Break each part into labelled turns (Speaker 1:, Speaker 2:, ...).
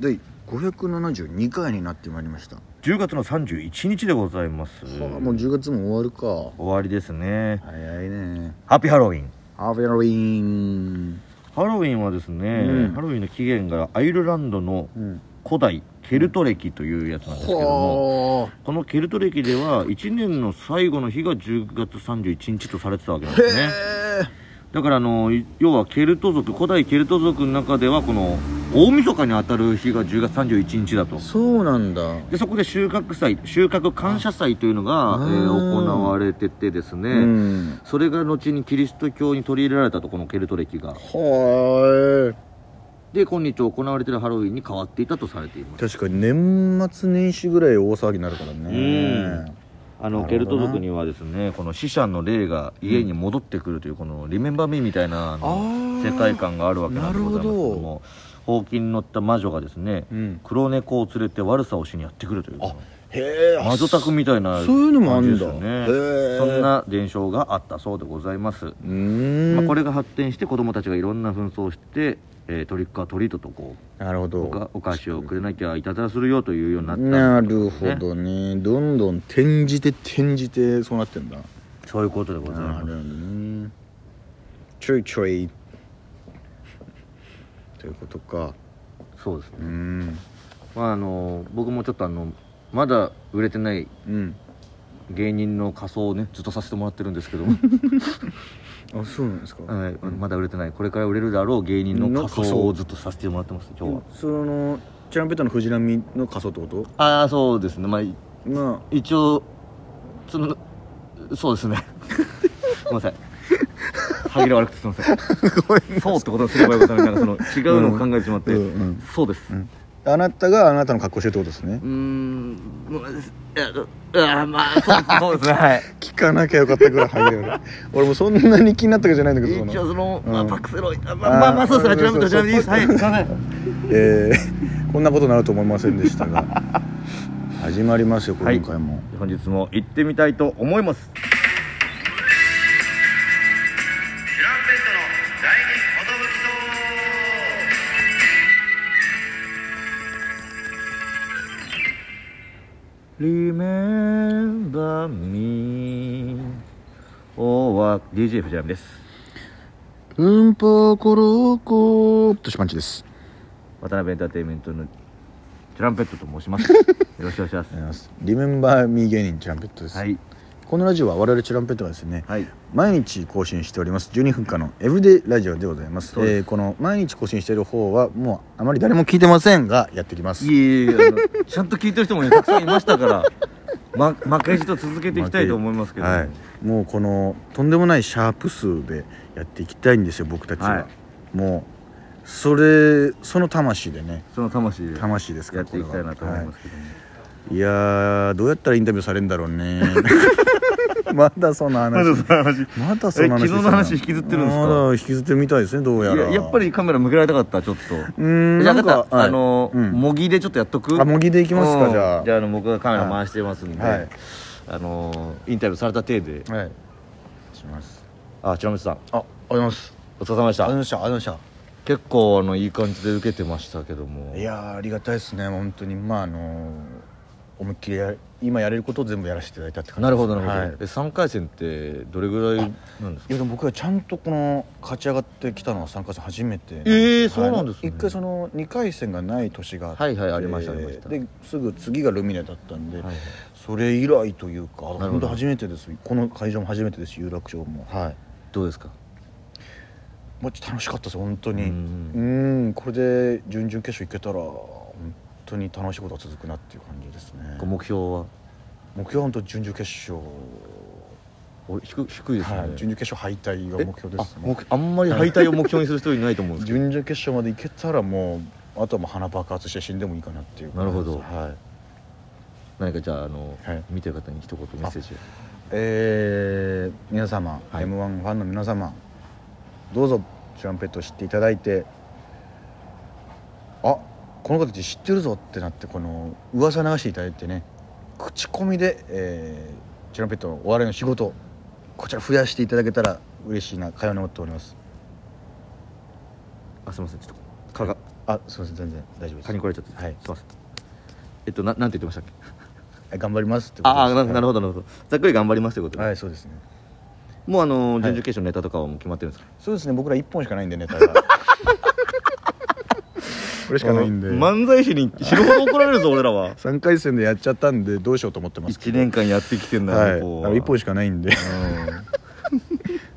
Speaker 1: 第572回になってまいりました、
Speaker 2: 10月の31日でございます
Speaker 1: はあもう
Speaker 2: 終
Speaker 1: 10月も終わるか
Speaker 2: わりですね
Speaker 1: 早いね
Speaker 2: ハッピーハロウィン
Speaker 1: ハーフェロウィーン
Speaker 2: ハロウィンはですね、
Speaker 1: うん
Speaker 2: ハロウィンの起源がアイルランドの
Speaker 1: うん
Speaker 2: 古代ケルト歴というやつなんですけども
Speaker 1: は
Speaker 2: このケルト歴では1年の最後の日が10月31日とされてたわけなん
Speaker 1: あへ
Speaker 2: ですねだからあのい要はケルト族古代ケルト族の中ではこの大晦日に当たる日が10月31日だと
Speaker 1: えそうなんだ
Speaker 2: でそこで収穫祭収穫感謝祭というの
Speaker 1: あ
Speaker 2: が、えー
Speaker 1: うん
Speaker 2: 行われててですね、
Speaker 1: うん
Speaker 2: それが後にキリスト教に取り入れられたとこのケルト歴が
Speaker 1: は
Speaker 2: で今日行われているハロウィンに変わっていたとされていま
Speaker 1: い
Speaker 2: す
Speaker 1: 確かに年末年始ぐらい大騒ぎになるからね
Speaker 2: あ
Speaker 1: な
Speaker 2: のケ
Speaker 1: る
Speaker 2: ル
Speaker 1: ほど
Speaker 2: ト
Speaker 1: な
Speaker 2: 族にはですねこの死者の霊が家に戻ってくるというこの「リメンバー・ミー」みたいなあの
Speaker 1: あー
Speaker 2: 世界観があるわけなんでございますけどもほうきに乗った魔女がですね
Speaker 1: うん
Speaker 2: 黒猫を連れて悪さをしにやってくるという
Speaker 1: あへえ
Speaker 2: 魔女宅みたいな
Speaker 1: そういうのもあるんだ
Speaker 2: 感じ
Speaker 1: へ
Speaker 2: ですよ
Speaker 1: え
Speaker 2: ねそんな伝承があったそうでございます
Speaker 1: うーん、
Speaker 2: まあ、これが発展して子供たちがいろんな紛争をして、えートリックはトリートとこ
Speaker 1: なるほ
Speaker 2: う
Speaker 1: ど
Speaker 2: おかお菓子をくれなきゃいたずらするよというようになった
Speaker 1: なるほどねどんどん転じて転じてそうなってんだ
Speaker 2: そういうことでござい
Speaker 1: なる
Speaker 2: ます
Speaker 1: ほどねちょいちょいということか
Speaker 2: そうですね
Speaker 1: う、ん
Speaker 2: まああの僕もちょっとあのまだ売れてない
Speaker 1: うん
Speaker 2: 芸人の仮装をねずっとさせてもらってるんですけど
Speaker 1: あそうなんですか、
Speaker 2: はいまだ売れてないこれから売れるだろう芸人の仮装をずっとさせてもらってます今日は、
Speaker 1: そのチャランペットの藤波の仮装ってこと
Speaker 2: ああそうですねまあい
Speaker 1: ま
Speaker 2: 一応そのそうで すねごめんなさい歯切れ悪くてすいません
Speaker 1: あ ごめん
Speaker 2: そうってことにすればよかったみたいなその違うのを考えてしまって、
Speaker 1: うんうん
Speaker 2: そうですうん
Speaker 1: あなたがあなたの格好してるってことですね
Speaker 2: ーんごめんなさいうわまあそうそうですねはい
Speaker 1: 聞かなきゃよかったぐらい早い俺 俺もそんなに気になったわけじゃないんだけどその
Speaker 2: 一応その、ま
Speaker 1: う
Speaker 2: あ、
Speaker 1: ん
Speaker 2: パクセロイあまあまあまあそうですねちなみにちなみにですはいすいません
Speaker 1: えーこんなことになると思いませんでしたが 始まりますよ今
Speaker 2: はい
Speaker 1: 回も、
Speaker 2: 本日も行ってみたいと思いますリメンバーミーおは DJ 藤波です
Speaker 1: うんぽころこーとしパンチです
Speaker 2: 渡辺エンターテインメントのトランペットと申します よろしくお願いします
Speaker 1: リメンバーミー芸人チュランペットです、
Speaker 2: はい
Speaker 1: このラジオは我々チュランペットがですね、
Speaker 2: はい
Speaker 1: 毎日更新しております12分間のエブリデイラジオでございます
Speaker 2: そうです
Speaker 1: えーこの毎日更新している方はもうあまり誰も聞いてませんがやってきます
Speaker 2: いえいえあのちゃんと聞いてる人もねたくさんいましたから、ま、負けじと続けていきたいと思いますけど、
Speaker 1: はい、もうこのとんでもないシャープ数でやっていきたいんですよ僕たちは、
Speaker 2: は
Speaker 1: もうそれその魂でね
Speaker 2: その魂でや
Speaker 1: 魂ですから
Speaker 2: っていきたいなと
Speaker 1: これ
Speaker 2: 思
Speaker 1: はい
Speaker 2: ますけども、
Speaker 1: はいいやーどうやったらインタビューされるんだろう ねまだその話
Speaker 2: まだその話
Speaker 1: まだその話
Speaker 2: え昨日の話引きずってるんですか
Speaker 1: まだ引きずってるみたいですねどうや
Speaker 2: い
Speaker 1: ら
Speaker 2: ややっぱりカメラ向けられたかったちょっと
Speaker 1: うーん
Speaker 2: じゃあ
Speaker 1: な
Speaker 2: なん
Speaker 1: か
Speaker 2: か
Speaker 1: はい
Speaker 2: あの、
Speaker 1: うん
Speaker 2: 模擬でちょっとやっとく
Speaker 1: あ模擬でいきますか
Speaker 2: うん
Speaker 1: じゃあ
Speaker 2: じゃあの僕がカメラ回してますんで、
Speaker 1: はい
Speaker 2: あのインタビューされた体で
Speaker 1: はいします
Speaker 2: あちなみさん
Speaker 1: あありがとうございます
Speaker 2: お疲れ様でし
Speaker 1: あ
Speaker 2: た
Speaker 1: りがとうございましたありがとうございました
Speaker 2: 結構あのいい感じで受けてましたけども
Speaker 1: いやーありがたいですね本当にまああのー思いっきりや今やれることを全部やらせていただいたって感じです
Speaker 2: なるほどなるほど、
Speaker 1: はい
Speaker 2: え3回戦ってどれぐらいなんです
Speaker 1: い
Speaker 2: か
Speaker 1: やでも僕はちゃんとこの勝ち上がってきたのは3回戦初めてなん
Speaker 2: えーそうなんですね
Speaker 1: はい一回その2回戦がない年があって
Speaker 2: はいはいありましたありました
Speaker 1: ですぐ次がルミネだったんで、
Speaker 2: はいはい
Speaker 1: それ以来というか
Speaker 2: ど
Speaker 1: 本当初めてですこの会場も初めてです有楽町もはい
Speaker 2: どうですか
Speaker 1: もうちょっと楽しかったです本当にう
Speaker 2: うん
Speaker 1: んこれで準々決勝いけたら本当に楽しいことが続くなっていう感じですね
Speaker 2: ご目標は
Speaker 1: 目標は本当準々決勝
Speaker 2: お低低いですよ
Speaker 1: はい
Speaker 2: ね、
Speaker 1: 準々決勝敗退が
Speaker 2: え
Speaker 1: 目標です
Speaker 2: あ目あんまり敗退を目標にする人いないと思うんですけど
Speaker 1: 準々決勝まで行けたらもうあとはもう鼻爆発して死んでもいいかなっていう
Speaker 2: なるほど
Speaker 1: はい
Speaker 2: 何かじゃああの、
Speaker 1: はい
Speaker 2: 見てる方に一言メッセージを
Speaker 1: えー、皆様、
Speaker 2: はい
Speaker 1: m 1ファンの皆様どうぞチュランペットを知っていただいてあこの子たち知ってるぞってなってこの噂流していただいてね口コミで、えー、チュランペットのお笑いの仕事こちら増やしていただけたら嬉しいなかように思っております
Speaker 2: あすいませんちょっと蚊が
Speaker 1: あすいません全然大丈夫です
Speaker 2: 蚊に来られちゃって
Speaker 1: はい
Speaker 2: すいませんえっとななんて言ってましたっけ
Speaker 1: え頑張りますってことです
Speaker 2: ああななる
Speaker 1: ほ
Speaker 2: ほどなるほどざっくり頑張りますということで、
Speaker 1: はいそうですね
Speaker 2: もうあのー準々決勝のネタとかはもう決まってるんですか、
Speaker 1: そうですね僕ら1本しかないんでネタ がこれしかないんで、
Speaker 2: あの漫才師 に死ぬほど怒られるぞ俺らは
Speaker 1: 3回戦でやっちゃったんでどうしようと思ってます
Speaker 2: 1年間やってきてんだ
Speaker 1: はい、あ
Speaker 2: こ
Speaker 1: の1本しかないんで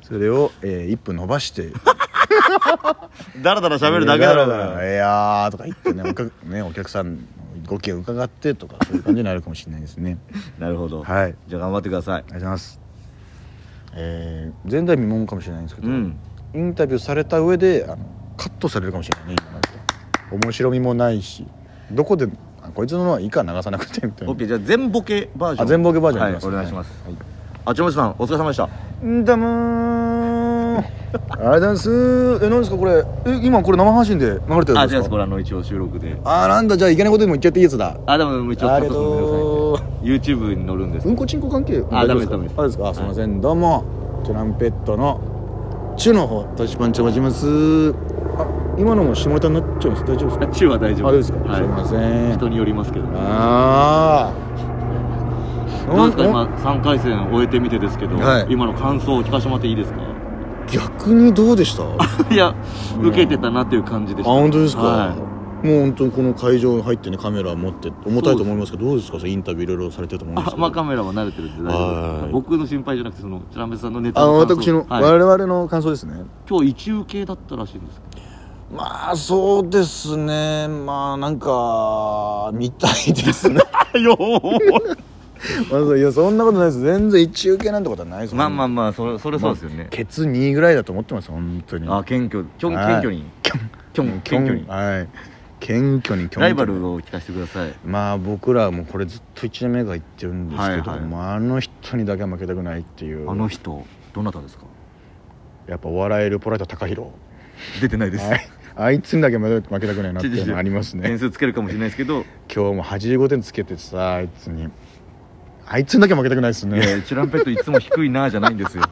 Speaker 1: それを、え1分伸ばして
Speaker 2: うんだらだら喋るだけだろう
Speaker 1: いや
Speaker 2: が
Speaker 1: いやーとか言ってねお客ねお客さんのご意見を伺ってとかそういう感じになるかもしれないですね
Speaker 2: なるほど、
Speaker 1: はい
Speaker 2: じゃあ頑張ってください
Speaker 1: ありがとうございますえー前代未聞かもしれないんですけど、
Speaker 2: うん
Speaker 1: インタビューされた上であのカットされるかもしれないね今なんか面白みもないしどこであこいつののはいいか流さなくてみたいな
Speaker 2: OK じゃあ全ボケバージョン
Speaker 1: あ全ボケバージョン
Speaker 2: は
Speaker 1: あり
Speaker 2: い
Speaker 1: ます
Speaker 2: お
Speaker 1: ね
Speaker 2: 願いします、あちょもちさんお疲れ様でした
Speaker 1: んだもーあれだんすーえ何ですかこれえ今これ生配信で流れてるんですか
Speaker 2: あ違いますこれあの一応収録で
Speaker 1: あーなんだじゃあいけないことでも言っちゃっていいやつだ
Speaker 2: あでも一応カ
Speaker 1: あ
Speaker 2: ッ
Speaker 1: り
Speaker 2: ト
Speaker 1: が
Speaker 2: するの
Speaker 1: とう
Speaker 2: でください YouTube に載るんです
Speaker 1: うんこちんこ関係
Speaker 2: あ
Speaker 1: 大丈夫すか
Speaker 2: ダメです
Speaker 1: あれ
Speaker 2: ダメで
Speaker 1: ですすかあすいません、どうもトランペットのチュの方トシパンチと申しますあ今のも下ネタになっちゃうんです大丈夫ですか
Speaker 2: 中は大
Speaker 1: あ大
Speaker 2: 丈
Speaker 1: 丈
Speaker 2: 夫
Speaker 1: 夫ですか、
Speaker 2: は
Speaker 1: すい
Speaker 2: い
Speaker 1: ません
Speaker 2: 人によりますけど
Speaker 1: ああ
Speaker 2: どうですか今3回戦終えてみてですけど、
Speaker 1: はい
Speaker 2: 今の感想を聞かせてもらってい いですか
Speaker 1: 逆にどうでしたあ
Speaker 2: いや
Speaker 1: うん
Speaker 2: 受けてたなっていう感じでした、
Speaker 1: 本当ですか、
Speaker 2: はい
Speaker 1: もう本当にこの会場に入ってねカメラ持って重たいと思いますけどどうですかそれインタビューいろいろされてると思うんです
Speaker 2: あ
Speaker 1: けど
Speaker 2: まあカメラは慣れてるんで大丈夫
Speaker 1: は
Speaker 2: で
Speaker 1: い
Speaker 2: す僕の心配じゃなくてそのチランペさんのネタ
Speaker 1: あの
Speaker 2: 感想
Speaker 1: 私の、
Speaker 2: はい
Speaker 1: 我々の感想ですね
Speaker 2: 今日一受けだったらしいんです
Speaker 1: まあそうですねまあなんか見たいです ね
Speaker 2: けどよ
Speaker 1: まあそういやそんなことないです全然一受けなんてことはないです
Speaker 2: まあまあ
Speaker 1: あ
Speaker 2: まあそれそれそうですよね、
Speaker 1: ケツ2ぐらいだと思ってます本当に
Speaker 2: あ謙虚きょん謙
Speaker 1: はい
Speaker 2: 虚にきょん謙虚に
Speaker 1: はい謙虚に謙虚に
Speaker 2: ライバルを聞かせてください
Speaker 1: まあ僕らはもうこれずっと1年目が言ってるんですけど、
Speaker 2: はいはい
Speaker 1: もうあの人にだけは負けたくないっていう
Speaker 2: あの人どなたですか
Speaker 1: やっぱお笑いルポライト高弘
Speaker 2: 出てないです
Speaker 1: はいあいつにだけ負けたくないなっていうのあります ね
Speaker 2: 点数つけるかもしれないですけど、
Speaker 1: 今日も85点つけてさあいつにあいつにだけ負けたくないです
Speaker 2: え
Speaker 1: ね
Speaker 2: ー、チュランペットいつも低いなじゃないん ですよ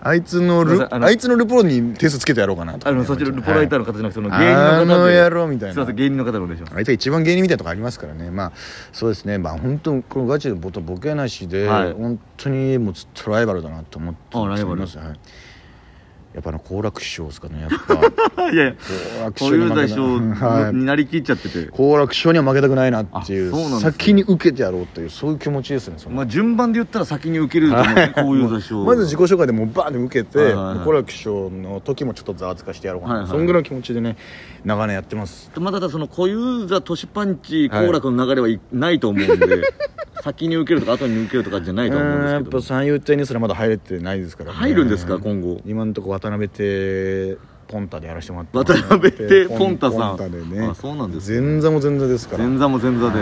Speaker 1: あいつの
Speaker 2: ごめん
Speaker 1: ル
Speaker 2: なさいあ
Speaker 1: あ
Speaker 2: の
Speaker 1: いつのルポロに点数つけてやろうかなとか
Speaker 2: あ
Speaker 1: ね
Speaker 2: のそちらルポライター
Speaker 1: は
Speaker 2: の方じゃなくてその芸
Speaker 1: い
Speaker 2: 人の方で
Speaker 1: あの野郎みたいな
Speaker 2: すいません芸人の方でお願いします
Speaker 1: いあいつは一番芸人みたいなとこありますからねまあそうですねまあ本当にこのガチでボトボケなしで、
Speaker 2: はい
Speaker 1: 本当にもうずっとライバルだなと思って
Speaker 2: あライバル
Speaker 1: ます、はい、やっぱあの好楽師匠ですかねやっ ぱ
Speaker 2: いやいや
Speaker 1: 好楽師匠に負
Speaker 2: 小遊
Speaker 1: け
Speaker 2: 三
Speaker 1: た
Speaker 2: 師
Speaker 1: は
Speaker 2: 匠
Speaker 1: い
Speaker 2: になりきっちゃってて、
Speaker 1: 好楽師匠には負けたくないなってい
Speaker 2: あ
Speaker 1: う
Speaker 2: そうなんですね
Speaker 1: 先に受けてやろうというそういう気持ちですねその
Speaker 2: まあ、順番で言ったら先に受けると思うね小遊三師匠
Speaker 1: まず自己紹介でもうバーンって受け
Speaker 2: はい
Speaker 1: て
Speaker 2: はいはい
Speaker 1: 好楽師匠の時もちょっとざわつかしてやろうかな、
Speaker 2: はいはい
Speaker 1: そんぐらいの気持ちでね長年やってます
Speaker 2: まあただその小遊三年パンチ
Speaker 1: はい
Speaker 2: 好楽の流れはいないと思うんで、 先に受けるとか後に受けるとかじゃないと思うん
Speaker 1: うーんやっ
Speaker 2: ですけど
Speaker 1: ぱ三遊亭にすらまだ入れてないですから、ね、
Speaker 2: 入るんですか今後
Speaker 1: 今のとこ渡辺亭ポンタでやらせてもらってます
Speaker 2: 渡辺ってポンタさん
Speaker 1: ポンタでね
Speaker 2: あそうなんですね
Speaker 1: 前座も前座ですから
Speaker 2: 前座も前座で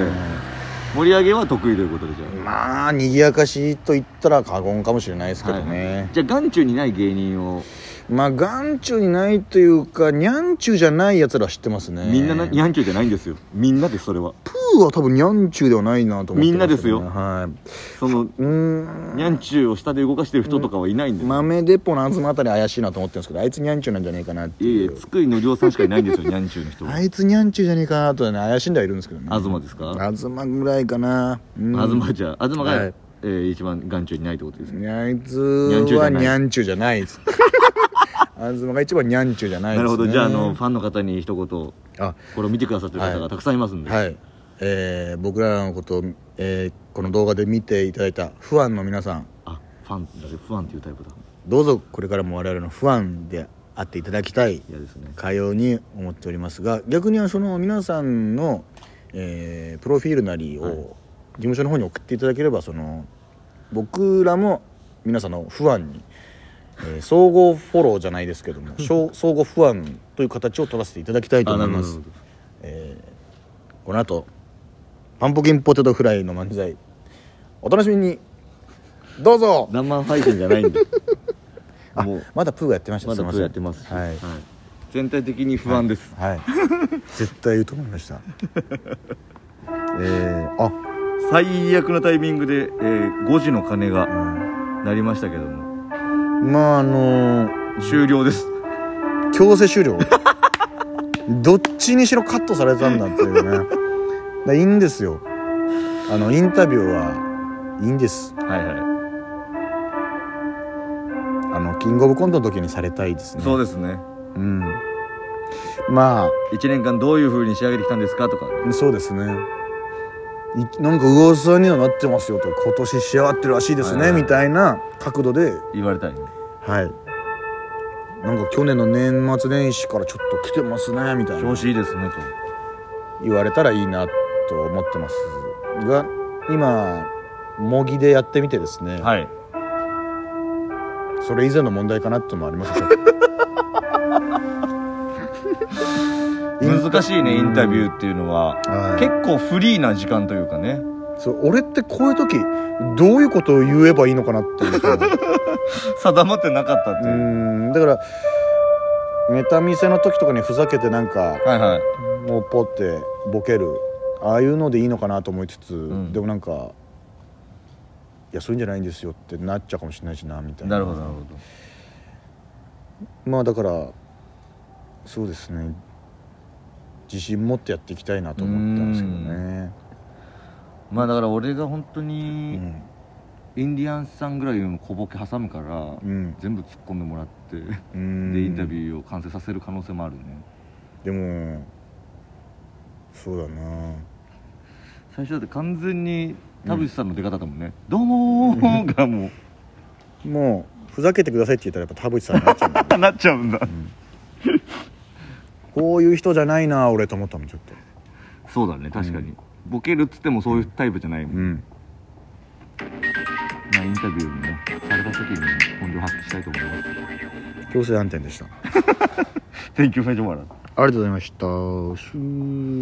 Speaker 2: 盛り上げは得意ということでじゃあ、
Speaker 1: まあ賑やかしと言ったら過言かもしれないですけど
Speaker 2: はいはい
Speaker 1: ね、
Speaker 2: じゃあ眼中にない芸人を
Speaker 1: まあ眼中にないというかにゃんちゅうじゃないやつらは知ってますね
Speaker 2: みんなな
Speaker 1: にゃん
Speaker 2: 眼中じゃないんですよみんなですそれは
Speaker 1: プーは多分にゃんちゅうではないなと思ってまけどね
Speaker 2: みん
Speaker 1: はい
Speaker 2: その
Speaker 1: うーん
Speaker 2: ニャンチューを下で動かしてる人とかはいないんです
Speaker 1: 豆鉄砲の東あたり怪しいなと思ってるんですけどあいつにゃんちゅうなんじゃねえかなって
Speaker 2: いえい
Speaker 1: い
Speaker 2: え
Speaker 1: う
Speaker 2: 津久井のりょうさんしかいないんですよニャンチューの人は
Speaker 1: あいつにゃんちゅうじゃねえかなとはね怪しんではいるんですけどね
Speaker 2: 東ですか
Speaker 1: 東ぐらいかなうん
Speaker 2: 東じゃ東が、
Speaker 1: はい
Speaker 2: えー一番眼中にないってことですね、
Speaker 1: あいつはに
Speaker 2: にゃ
Speaker 1: ゃんちゅうじゃないです 東が一番にゃんちゅうじゃない
Speaker 2: な
Speaker 1: です、ね、
Speaker 2: るほどじゃああのファンの方に一言こ
Speaker 1: あ
Speaker 2: れを見てくださってる方がたくさんいますんで、
Speaker 1: はい、えー僕らのことを、えーこの動画で見ていただいたファンの皆さん
Speaker 2: あファンだけファンっていうタイプだ
Speaker 1: どうぞこれからも我々のファンであっていただきたい
Speaker 2: 嫌ですね
Speaker 1: かように思っておりますが逆にはその皆さんの、えープロフィールなりを
Speaker 2: はい
Speaker 1: 事務所の方に送っていただければその僕らも皆さんの不安に、えー総合フォローじゃないですけど も総総合不安という形を取らせていただきたいと
Speaker 2: あ
Speaker 1: 思
Speaker 2: ないるほ
Speaker 1: ま
Speaker 2: どな
Speaker 1: す
Speaker 2: るほ
Speaker 1: こ
Speaker 2: ど
Speaker 1: の後パンポキンポテトフライの漫才お楽しみにどうぞ
Speaker 2: 生配信じゃない んでもう
Speaker 1: まだプーがやってました
Speaker 2: まだプーやってますし、
Speaker 1: すいませんはい
Speaker 2: 全体的に不安です、
Speaker 1: はい、絶対言うと思いました。 えー、あ、
Speaker 2: 最悪なタイミングで、えー5時の鐘が
Speaker 1: う
Speaker 2: 鳴りましたけども
Speaker 1: んまああのー
Speaker 2: 終了です
Speaker 1: 強制終了。どっちにしろカットされたんだっていうねだからいいんですよあのインタビューはいいんです
Speaker 2: はいは
Speaker 1: あのキングオブコントの時にされたいです
Speaker 2: い
Speaker 1: ね
Speaker 2: そうですね
Speaker 1: うんま
Speaker 2: 1年間どういうふうに仕上げてきたんですかとか
Speaker 1: あそうですねいなんか噂にはなってますよと今年仕上がってるらしいですね、
Speaker 2: はいはい
Speaker 1: みたいな角度で
Speaker 2: 言われたりね
Speaker 1: はいなんか去年の年末年始からちょっと来てますねみたいな
Speaker 2: 調子いいですね
Speaker 1: 言われたらいいなと思ってますが今模擬でやってみてですね、
Speaker 2: とはい
Speaker 1: それ以前の問題かなってのもあります
Speaker 2: 難しいねインタビ
Speaker 1: ー、
Speaker 2: ューっていうのは
Speaker 1: はい
Speaker 2: 結構フリーな時間というかね
Speaker 1: そう俺ってこういう時どういうことを言えばいいのかなって いうか
Speaker 2: 定まってなかったっ
Speaker 1: う
Speaker 2: ていう
Speaker 1: ーんだからネタ見せの時とかにふざけてなんか
Speaker 2: はいはい
Speaker 1: もうポってボケるああいうのでいいのかなと思いつつ、
Speaker 2: ん
Speaker 1: でもなんかいやそういうんじゃないんですよってなっちゃうかもしれないしなみたいな
Speaker 2: なるほどなるほど
Speaker 1: まあだからそうですね自信持ってやっていきたいなと思ったんですけどね
Speaker 2: まあだから俺が本当に
Speaker 1: うん
Speaker 2: インディアンスさんぐらいの小ボケ挟むから、
Speaker 1: うん
Speaker 2: 全部突っ込んでもらって
Speaker 1: うん
Speaker 2: でインタビューを完成させる可能性もあるね
Speaker 1: でもそうだな
Speaker 2: 最初だって完全に田淵さんの出方だもんね「どうもー」がも
Speaker 1: もうふざけてくださいって言ったらやっぱ田淵さんになっちゃうん だよ
Speaker 2: うなっちゃうんだ
Speaker 1: こういう人じゃないな俺と思ったもんちょっと
Speaker 2: そうだね確かに、ボケるっつってもそういうタイプじゃないもん、
Speaker 1: うん
Speaker 2: まあインタビューもねされた時に本領発揮したいと思います
Speaker 1: 強制暗転でした
Speaker 2: Thank you very much
Speaker 1: ありがとうございました